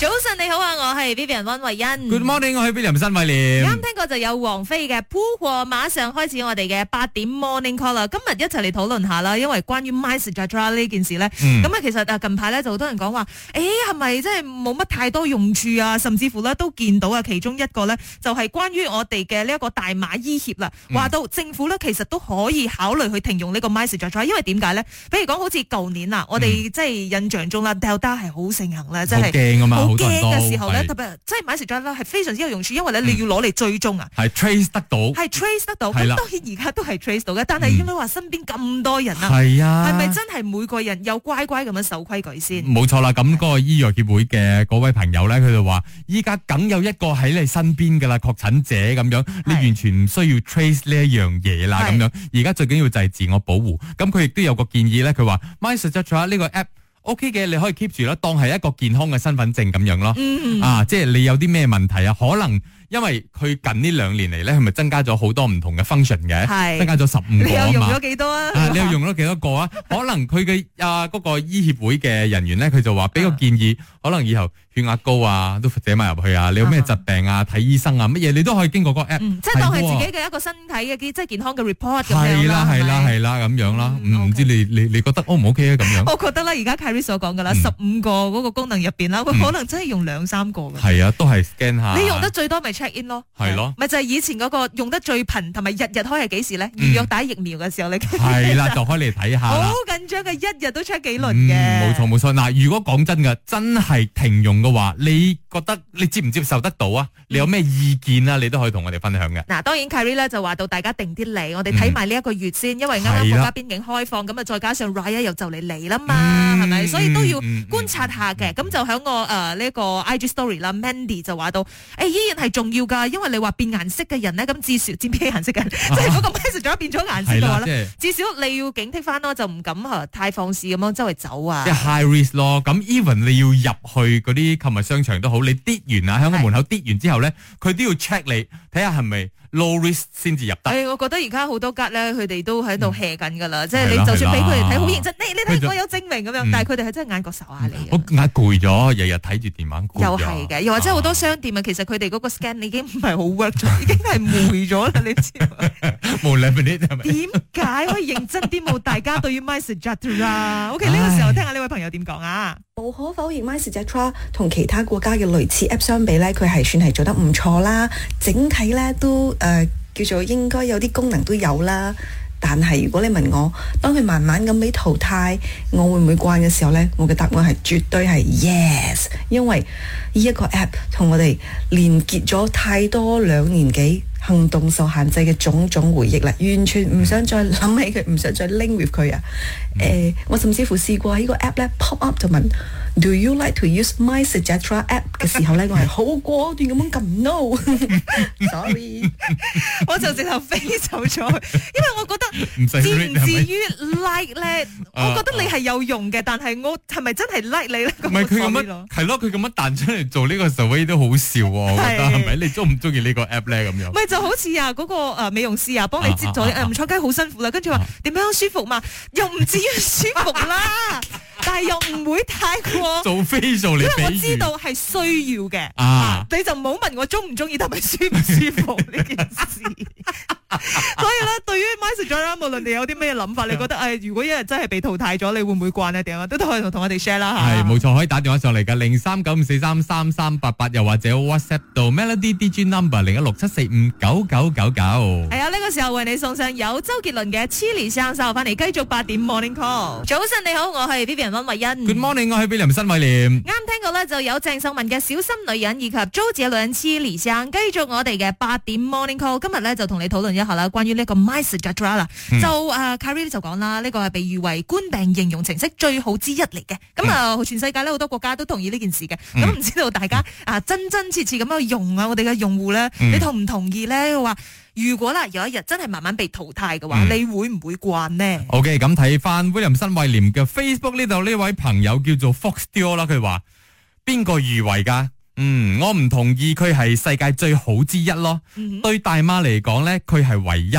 早晨你好啊，我係 Vivian 温慧欣。 Good morning，我去 William 新偉廉。啱聽過就有王菲嘅鋪過，馬上開始我哋嘅八點 morning call 啦。今日一齊嚟討論下啦，因為關於 My s i g a t a 呢件事咧，嗯咁啊、其實啊近排咧就好多人講話，誒係咪真係冇乜太多用處啊？甚至乎咧都見到啊，其中一個咧就係、關於我哋嘅呢一個大馬醫協啦，嗯話到政府咧其實都可以考慮去停用呢個 My s i g a t a 因為點解咧？比嗯如講好似舊年啦，我哋即係印象中啦，Delta 係好盛行啦，真好係。驚啊嘛，好好驚多人都嘅時候咧，特係別即係買食咗咧，係非常之有用處，因為咧你要攞嚟追蹤啊。係 trace 得到，係 trace 得到，咁哦係啦當然而家都係 trace 到嘅，但係嗯應該話身邊咁多人啊，係啊，係咪真係每個人有乖乖咁樣守規矩先？冇錯啦，咁嗰個醫藥協會嘅嗰位朋友咧，佢就話：依家梗有一個喺你身邊噶啦，確診者咁樣，你完全唔需要 trace 呢一樣嘢啦，係咁樣。而家最緊要就係自我保護。咁佢亦都有個建議咧，佢話 My s u g g e s t i o 呢個 app OK 嘅，你可以 keep 住啦，當係一個健康嘅身份證咁樣咯。嗯，啊，即係你有啲咩問題啊？可能因為佢近呢兩年嚟咧，佢咪增加咗好多唔同嘅 function 嘅，係增加咗十五你個又啊用嘛咗。幾多啊？啊！你又用咗幾多個啊？可能佢嘅啊嗰、個醫協會嘅人員咧，佢就話俾個建議，可能以後血壓高啊都寫埋入去啊，你有咩疾病啊，睇醫生啊，乜嘢你都可以經過嗰個 app。 嗯，即係當係係喎自己嘅一個身體嘅即係健康嘅 report 咁樣係啦係啦啊咪係啦咁樣啦，嗯唔 OK 哦知你你你覺得 O 唔 OK 啊咁樣？我覺得咧，而家 Carrie 所講噶啦，嗯十五個嗰個功能入邊啦，佢嗯可能真係用兩三個嘅。係啊，都係 scan 下。你用得最多咪 check in 咯，係咯咪就係以前嗰個用得最頻同埋日日開係幾時咧？嗯預約打疫苗嘅時候，你係啦，就開嚟睇下啦好。緊張嘅，一日都 check 幾輪嘅，嗯，冇錯。冇錯。嗱，如果講真嘅，真係停用嘅話，你覺得你接唔接受得到啊？你有咩意見啊？你都可以同我哋分享嘅。嗱，當然 Carrie 咧就話到大家定啲嚟，我哋睇埋呢一個月先，因為啱啱嗯係國啦家邊境開放，咁啊再加上 Raya 又就嚟嚟啦嘛，係咪？所以都要嗯嗯嗯觀察下嘅。咁就喺我誒呢個 IG Story 啦，Mandy 就話到，誒依然係重要㗎，因為你話變顏色嘅人咧，咁至少知咩顏色 嘅人，即係嗰個 message 咗變咗顏色係嘅話啦，即咧。係。至少你要警惕翻咯，就唔敢啊太放肆咁樣周圍走啊即係。high risk 咯，咁 even 你要入去嗰啲購物商場都好，你跌完啊，喺個門口跌完之後咧，佢都要 check 你，睇下係咪 low risk 先至入得。嗯誒，我覺得而家好多吉咧，佢哋都喺度 hea 緊㗎啦，即係你係啦就算俾佢哋係睇啦好認真，你你佢睇就我有證明咁樣嗯，但係佢哋係真係眼角睄下你我嘅。眼攰咗，日日睇住電話攰咗又係嘅，又或者好多商店啊，其實佢哋嗰個 scan 已經唔係好 work 咗，已經係霉咗啦，你知嗎 冇 limit 係咪？點解可以認真啲冇？大家對於 My s u g g e s t i o 啊，OK 呢個時候唉聽下呢位朋友點講啊？無可否認 m y s e t r a 同其他國家嘅類似 app 相比呢，佢係算係做得唔錯啦。整體呢都誒、呃叫做應該有啲功能都有啦。但係如果你問我，當佢慢慢咁被淘汰，我會唔會慣嘅時候呢？我嘅答案係絕對係 yes，因為呢一個 app 同我哋連結咗太多兩年幾行動受限制嘅種種回憶啦，完全唔想再諗起佢，唔想再 link with 佢啊！誒、我甚至乎試過喺呢個 app 咧 pop up 就問 Do you like to use my s u g g e s t i o app 嘅時候咧，我係好果斷咁樣 撳 no，sorry。我就直頭飛走咗去，因為我覺得。 唔使至唔 limit 至係咪？於 like 咧？啊我覺得你係有用嘅，但係我係咪真係 like 你咧？唔係佢咁我 sorry 樣咯，係咯，佢咁樣彈出嚟做呢個 survey 都好笑喎，我覺得係係咪？你中唔中意呢個 app 咧？咁樣咪就好似啊嗰個誒美容師啊，幫你接咗啊啊啊啊誒唔錯雞好辛苦啦，跟住話點樣舒服嘛，又唔至於舒服 啦，但係又唔會太過，做因 facial 嚟為我比知喻，道係需要嘅。啊你就唔好問我中唔中意同埋舒唔舒服呢件 事。所以咧，對於 My s u g g e s t 無論你有啲咩諗法，你覺得誒、如果一日真係被淘汰咗，你會唔會慣呢？點啊？都都可以同我哋 share 啦嚇係冇錯，可以打電話上嚟噶，零三九五四三三三八八，又或者 WhatsApp 到 Melody DJ Number 零一六七四五九九九九系。啊，呢、個時候為你送上有周杰倫嘅《Chili 生手》，翻嚟繼續八點 Morning Call。早晨你好，我係 Vivian 温慧欣。 Good morning，我係 William 新偉廉。啱聽過咧，就有鄭秀文嘅《小心女人》以及周杰倫《Chili 生》，繼續我哋嘅八點 Morning Call。今日咧就同你討論一下啦，關於呢個 My s i g a t r a 啦。嗯就誒 Carrie 就講啦，呢個係被譽為冠病形容程式最好之一嚟嘅。咁啊，全世界咧好多國家都同意呢件事嘅。嗯咁唔知道大家啊真真切切咁樣用啊，我哋嘅用戶咧，嗯你同唔同意咧？話如果啦有一日真係慢慢被淘汰嘅話，嗯你會唔會慣呢？ OK，咁睇翻 William 新偉廉嘅 Facebook 呢度呢位朋友叫做 Fox Dior 啦，佢話邊個預為噶？嗯，我唔同意佢係世界最好之一咯。嗯哼對大媽嚟講呢，佢係唯一。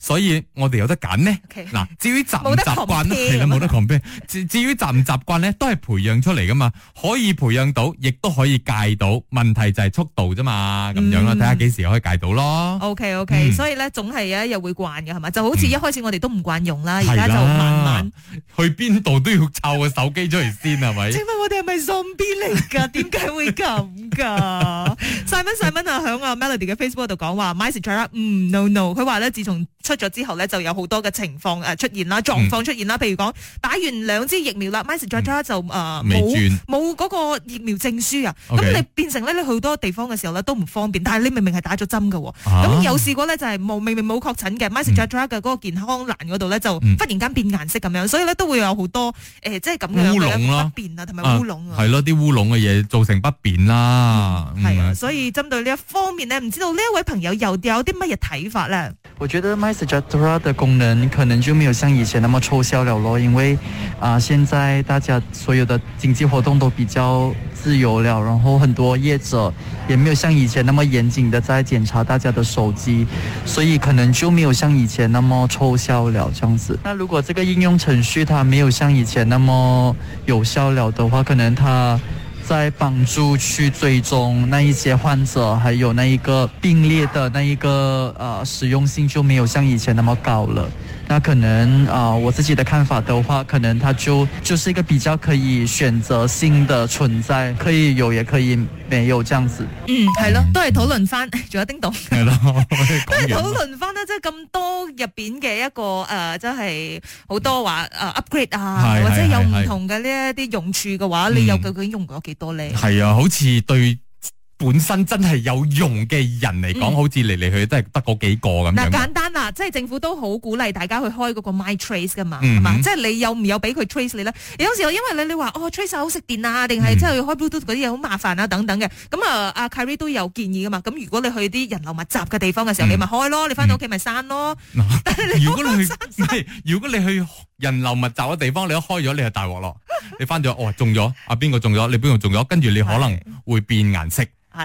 所以我哋有得揀呢。 OK 嗱，至於習唔冇得習慣咧， compare 係啦，冇得 compare。至至於習唔習慣咧，都係培養出嚟噶嘛，可以培養到，亦都可以戒到。問題就係速度啫嘛，咁樣啦，嗯睇下幾時可以戒到咯。 O K O K，嗯所以咧總係有一日會慣嘅係嘛，就好似一開始我哋都唔慣用啦，啊而家係就啦慢慢。去邊度都要摷個手機出嚟先，係咪？請問我哋係咪喪 B 嚟 㗎？點解會咁㗎？細蚊細蚊啊，響啊 Melody 嘅 Facebook 度講話 m y s e 嗯 no no，佢話咧自從出咗之後咧，就有好多嘅情況誒出現啦，嗯狀況出現啦，譬如講打完兩支疫苗啦 m y s e 就誒未冇轉冇嗰個疫苗證書啊， OK 咁你變成咧你好多地方嘅時候咧都唔方便，但係你明明係打咗針㗎喎。啊咁有試過咧，就係冇明明冇確診嘅 m y s e 嘅嗰個健康欄嗰度咧，就忽嗯然間變顏色咁樣，所以咧都會有好多誒，即係咁樣烏嘅龍咯不便啊，同埋烏龍啊系。咯，啲烏龍嘅嘢造成不便啦。係啊，嗯所以針對呢一方面咧，唔知道呢一位朋友又有啲乜嘢睇法咧？我觉得 MySejahtera 的功能可能就没有像以前那么抽象了咯，因为啊、现在大家所有的经济活动都比较自由了，然后很多业者也没有像以前那么严谨的在检查大家的手机，所以可能就没有像以前那么抽象了这样子。那如果这个应用程序它没有像以前那么有效了的话，可能它在帮助去追踪那一些患者，还有那一个并列的那一个呃实用性就没有像以前那么高了。那可能啊、呃我自己的看法的话，可能它就就是一个比较可以选择性的存在，可以有也可以没有这样子。嗯，係咯，都係討論翻， 仲有叮咚。 係啊咯，都係講討 完啦論翻咧，即係咁多入邊嘅一個誒，呃即係好多話誒 upgrade 啊，係或者係有係唔係同嘅呢一啲用處嘅話，你又嗯究竟用過幾多咧？係啊，好似對本身真係有用嘅人嚟講，嗯好似嚟嚟去去都係得嗰幾個咁嗱，樣。簡單啦，即係政府都好鼓勵大家去開嗰個 My Trace 噶嘛，嗯係嘛、即係你有唔有俾佢 trace 你咧？有時候因為你你話哦 trace 好食電啊，定係嗯即係開 Bluetooth 嗰啲嘢好麻煩啊等等嘅，咁啊阿 Carrie 都有建議噶嘛。咁如果你去啲人流密集嘅地方嘅時候，嗯你咪開咯，你翻到屋企咪閂咯。 如果你去，唔係如果你去人流密集嘅地方，你一開咗，你係大鑊咯。你翻咗，哦中咗，啊邊個中咗，你邊個中咗，跟住你可能會變顏色，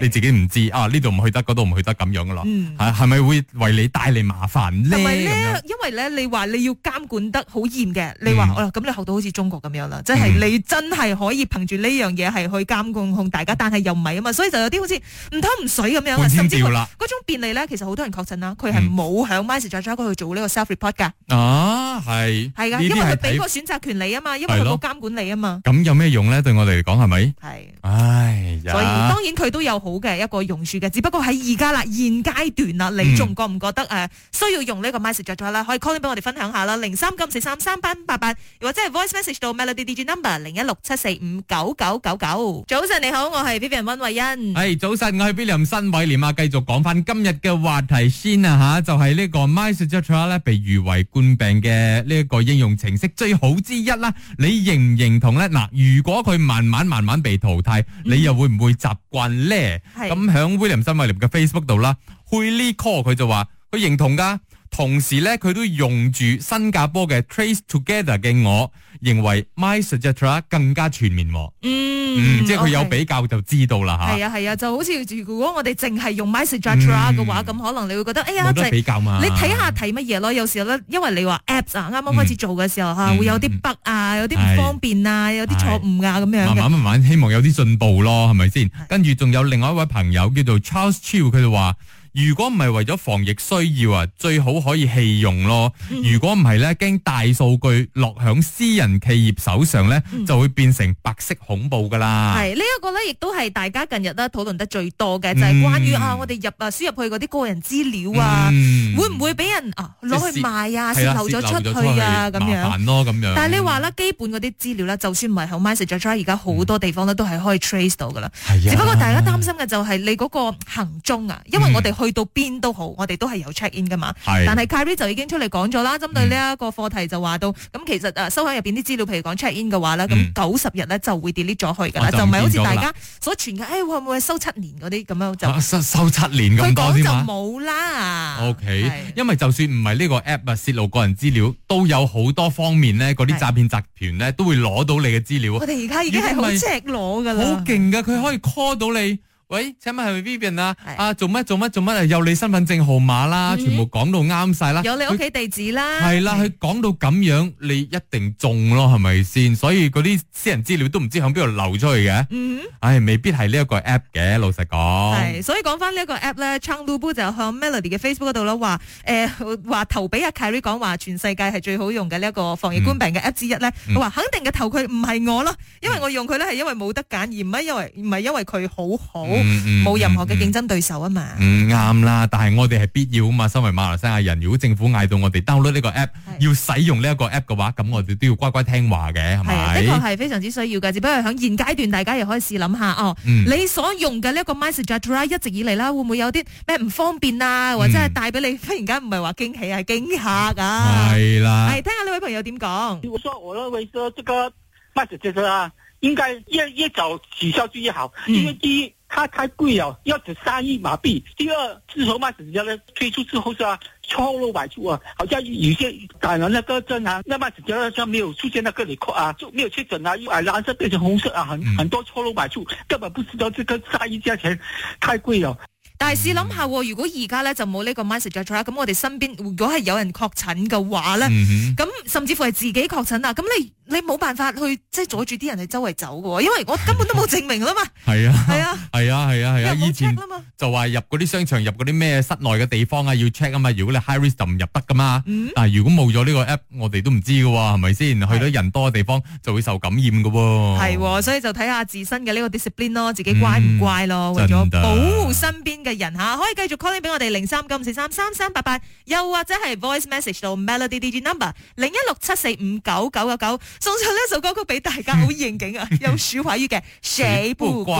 你係，自己唔知啊，呢度唔去得，嗰度唔去得咁樣噶咯。嗯。係係咪會為你帶嚟麻煩同埋咧？咁樣咧，因為咧，你話你要監管得好嚴嘅，你話嗯哦，咁你學到好似中國咁樣啦，即係嗯你真係可以憑住呢樣嘢係去監控控大家，但係又唔係啊嘛，所以就有啲好似唔湯唔水咁樣啊，半甚天至乎吊啦。嗰種便利咧，其實好多人確診啦，佢係嗯冇響 m y s e j a 嗰度做呢個 self report 㗎，啊，係係㗎，呢因啲為係佢睇俾個選擇權你啊嘛，因為佢係咯冇監管你啊嘛，咁有咩用咧？對我哋嚟講係咪？係。唉呀，所以當然佢都有好嘅一個用處嘅，只不過喺而家啦，現階段啦，嗯你仲覺唔覺得誒、呃需要用呢個 message 咗啦？可以 call in 俾我哋分享下啦，零三九四三三八八八，又或者係 voice message 到 melody D G number 零一六七四五九九九九。早晨你好，我係 Vivian 温慧 欣。系哎早晨，我系 William 新伟廉啊，继续讲翻今日嘅话题先啊吓，就系、呢个 MySejahtera 咧，被誉为冠病嘅呢一个应用程式最好之一啦。你认唔认同咧？嗱，如果佢慢慢慢慢被淘汰，你又会唔会习惯咧？嗯係咁響 William 新威廉嘅 Facebook 度啦 h u i l y Call 佢就話佢認同噶，同時咧佢都用住新加坡嘅 Trace Together 嘅我，認為 My Suggesta 更加全面喎，嗯嗯，即係佢有 OK 比較就知道啦係吓，啊係啊，就好似如果我哋淨係用 message Ultra 嘅話，嗯咁、可能你會覺得，哎呀，冇就得係比較嘛。你睇下睇乜嘢咯？有時候咧，因為你話 Apps 啊，啱啱開始做嘅時候嚇，嗯會有啲嗯 bug 啊，有啲唔方便啊，有啲錯誤啊咁樣慢嘅。慢慢慢，希望有啲進步咯，係咪先？跟住仲有另外一位朋友叫做 Charles Chiu，佢就話：如果唔係為咗防疫需要啊，最好可以棄用咯。嗯如果唔係咧，驚大數據落響私人企業手上咧，就會變成白色恐怖噶啦。嗯係呢一個咧，亦都係大家近日咧討論得最多嘅，就係關於嗯啊，我哋入啊輸入去嗰啲個人資料啊，嗯會唔會俾人啊攞去賣啊，係泄啦漏咗泄出去啊咁樣麻。煩咯咁樣。但係你話啦，基本嗰啲資料咧，就算唔係後 message try，而家好多地方咧都係可以 trace 到噶啦。係啊，只不過大家擔心嘅就係你嗰個行蹤啊，因為我哋去到邊都好，我哋都係有 check in 噶嘛。係，嗯但係但 Carrie 就已經出嚟講咗啦，針對呢一個課題就話到，咁其實誒收響入邊啲資料，譬如講 check in 嘅話咧，咁嗯九十日咧就會 delete 咗佢㗎啦，哦就唔就唔係好似見咗大啦家所傳嘅，誒哎會唔會收七年嗰啲咁樣就係啊收收七年佢咁多講添啊就嘛。冇啦。 O K，係因為就算唔係呢個 app 啊，泄露個人資料，都有好多方面咧，嗰係啲詐騙集團咧都會攞到你嘅資料我，哋而家已經係好赤裸㗎好啦。勁噶，佢可以 call 到你。喂，請問係咪 Vivian 啊係？啊，做乜做乜做乜啊？有你身份證號碼啦，嗯全部講到啱晒啦。有你屋企地址啦，系啊啦，佢講到咁樣，你一定中咯，係咪先？所以嗰啲私人資料都唔知響邊度流出去嘅。嗯。唉，未必係呢一個 app 嘅，老實講。系，所以講翻呢一個 app 咧 c h a n g l u b u 就向 Melody 嘅 Facebook 嗰度啦，話誒 話投俾阿 Carrie 講話，全世界係最好用嘅呢一個防疫官病嘅 app 之一咧。嗯佢話肯定嘅投佢唔係我咯，因為我用佢咧係因為冇得揀，而唔係因為唔係因為佢好好，嗯冇任何嘅。嗯嗯競爭對手啊嘛。唔啱啦，但係我哋係必要啊嘛。身為馬來西亞人，如果政府嗌到我哋 download 呢個 app，要使用呢一個 app 嘅話，咁我哋都要乖乖聽話嘅，嗯係係啊，的確咪？係非常之需要嘅，只不過喺現階段，大家又可以試諗下哦。嗯你所用嘅呢一個 MySejahtera 一直以嚟啦，會唔會有啲咩唔方便啊，或者係嗯帶俾你忽然間唔係話驚喜，係驚嚇啊？係啦系，听下呢位朋友点讲。我说，我认为说这个卖水车车啊，应该越越早取消就越好，嗯因为第一它太贵了，要值三亿马币；第二，自从卖水车呢推出之后是啊，错漏百出啊，好像有些感染那个针啊，那卖水车上没有出现那个里扣啊，就没有确诊啊，又啊蓝色变成红色啊，很、嗯很多错漏百出，根本不知道这个三亿价钱太贵了。但系试谂下喎，如果而家咧就冇呢個 message 咁我哋身邊如果係有人確診嘅話咧，嗯咁、甚至乎係自己確診啊，咁你你冇辦法去即係阻住啲人去周圍走嘅喎，因為我根本都冇證明啦嘛，哼，係 啊，係啊，係啊，係啊，係又啊，以冇前 check 啦嘛，就話入嗰啲商場、入嗰啲咩室內嘅地方啊，要 check 啊嘛。如果你 high risk 就唔入得噶嘛。嗯。但係如果冇咗呢個 app，我哋都唔知噶喎，係咪先？去到人多嘅地方就會受感染噶喎。係喎，所以就睇下自身嘅呢個 discipline 咯，自己乖唔乖咯，哦嗯為咗真㗎保護身邊嘅人吓，可以繼續 call in 俾我哋零三九五四三三三八八，又或者係 voice message 到 melody D G number 零一六七四五九九九九，送上呢首歌曲俾大家，好應景 啊！有鼠華語嘅《死不怪》。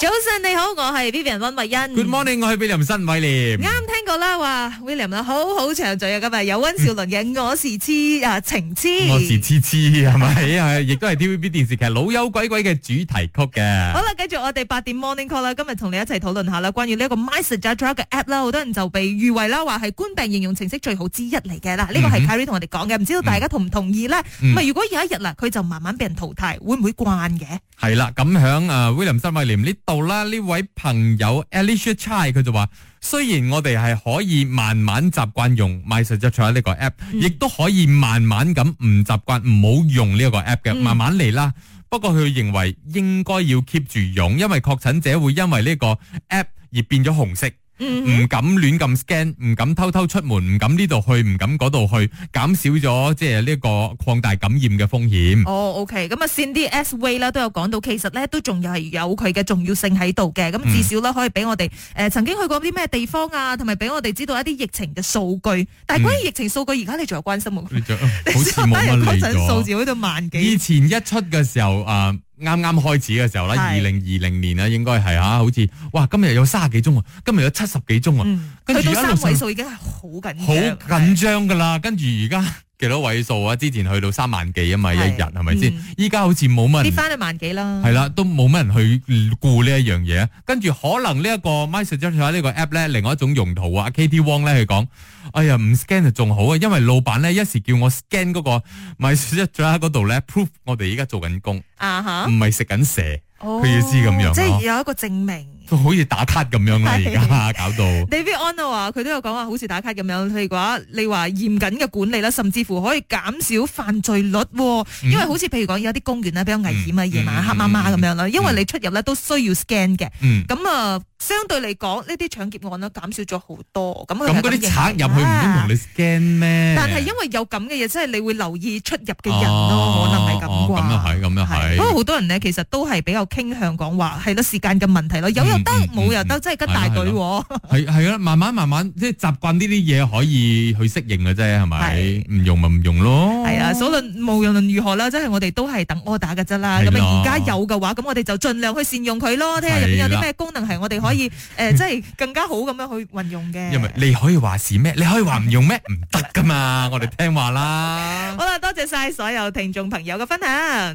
早晨你好，我係 Vivian 温慧欣。 Good morning，我係俾林新偉廉。啱聽過啦，話 William 啦，好好長嘴啊，今日有温兆倫嘅《我是痴啊情痴》。我是痴 痴係咪？係亦都係 TVB 電視劇《老友鬼鬼》嘅主題曲好嘅。啦，繼續我哋八點 morning call 啦，今日同你一齊討論下啦，關於呢一個 MySejahtera 嘅 app 啦，好多人就被譽為啦話係官病應用程式最好之一嚟嘅啦。呢個嗯係 Carrie 同我哋講嘅，唔知道大家同唔同意咧？嗯咁啊，如果有一日啦，佢就慢慢俾人淘汰，會唔會慣嘅？係啦，咁響啊 William 新威廉呢度啦，呢位朋友 Alicia Chai 佢就話：雖然我哋係可以慢慢習慣用 My s u g g e s t i o 呢個 app，嗯亦都可以慢慢咁唔習慣唔好用呢一個 app 嘅，嗯慢慢嚟啦。不過佢認為應該要 keep 住用，因為確診者會因為呢個 app 而變咗紅色。嗯，唔敢亂咁 scan，唔敢偷偷出門，唔敢呢度去，唔敢嗰度去，減少咗即係呢個擴大感染嘅風險。哦，OK，咁啊，Cindy S Way 啦都有講到，其實咧都仲有係有佢嘅重要性喺度嘅，咁嗯至少啦可以俾我哋誒、呃曾經去過啲咩地方啊，同埋俾我哋知道一啲疫情嘅數據。但係關於疫情數據，而家你仲有關心冇？你就嗯 好似冇你知我單乜理日哎確診數咗。字去到萬幾。以前一出嘅時候，啊啱啱開始嘅時候啦，二係零二零年啦，應該係啊，好似哇今日有三十幾宗啊，今日有七十幾宗啊，嗯，跟去到住而家三六十位數已經係好緊張，好緊張噶啦。跟住而家 幾多位數啊？之前去到三萬幾啊嘛，一係日係咪先嗯？依家好似冇乜跌人翻去萬幾啦。系啦，都冇乜人去顧呢一樣嘢。跟住可能呢一個 My Suggestion 呢個 app 咧，另外一種用途啊。Katie Wong 咧佢講：哎呀，唔 scan 就仲好啊，因為老闆咧一時叫我 scan 嗰個 My Suggestion 嗰度咧 proof 我哋而家做緊工，唔啊吓，係食緊蛇，哦佢意思咁樣咯即係有一個證明。好似打卡咁樣啦，而係家搞到 David On 啊話佢都有講話，好似打卡咁樣。譬如話你話嚴謹嘅管理啦，甚至乎可以減少犯罪率喎。因為好似譬如講有啲公園咧比較危險啊，嗯夜晚黑麻麻咁樣啦，因為你出入咧都需要 scan 嘅。嗯。咁啊，相對嚟講，呢啲搶劫案咧減少咗好多。咁佢咁係嗰啲形賊入容去唔通啊同你 scan 咩？但係因為有咁嘅嘢，即係你會留意出入嘅人哦咯，可能係咁哦啩。咁又係咁又係不過好多人咧，其實都係比較傾向講話係咯時間嘅問題咯，有又得嗯，嗯冇又嗯得，即係跟大隊係喎。係係啦，慢慢慢慢即係習慣呢啲嘢可以去適應嘅啫，係咪？係唔用咪唔用咯。係啊，所論無論如何啦，即係我哋都係等 order 嘅啫啦。係咁咯啊，而家有嘅話，咁我哋就盡量去善用佢咯，睇下入係邊啦有啲咩功能係我哋可 以呃誒，即係更加好咁樣去運用嘅。因為你可以話是咩？你可以話唔用咩？唔得噶嘛，我哋聽話啦。好啦，多謝晒所有聽眾朋友嘅分享。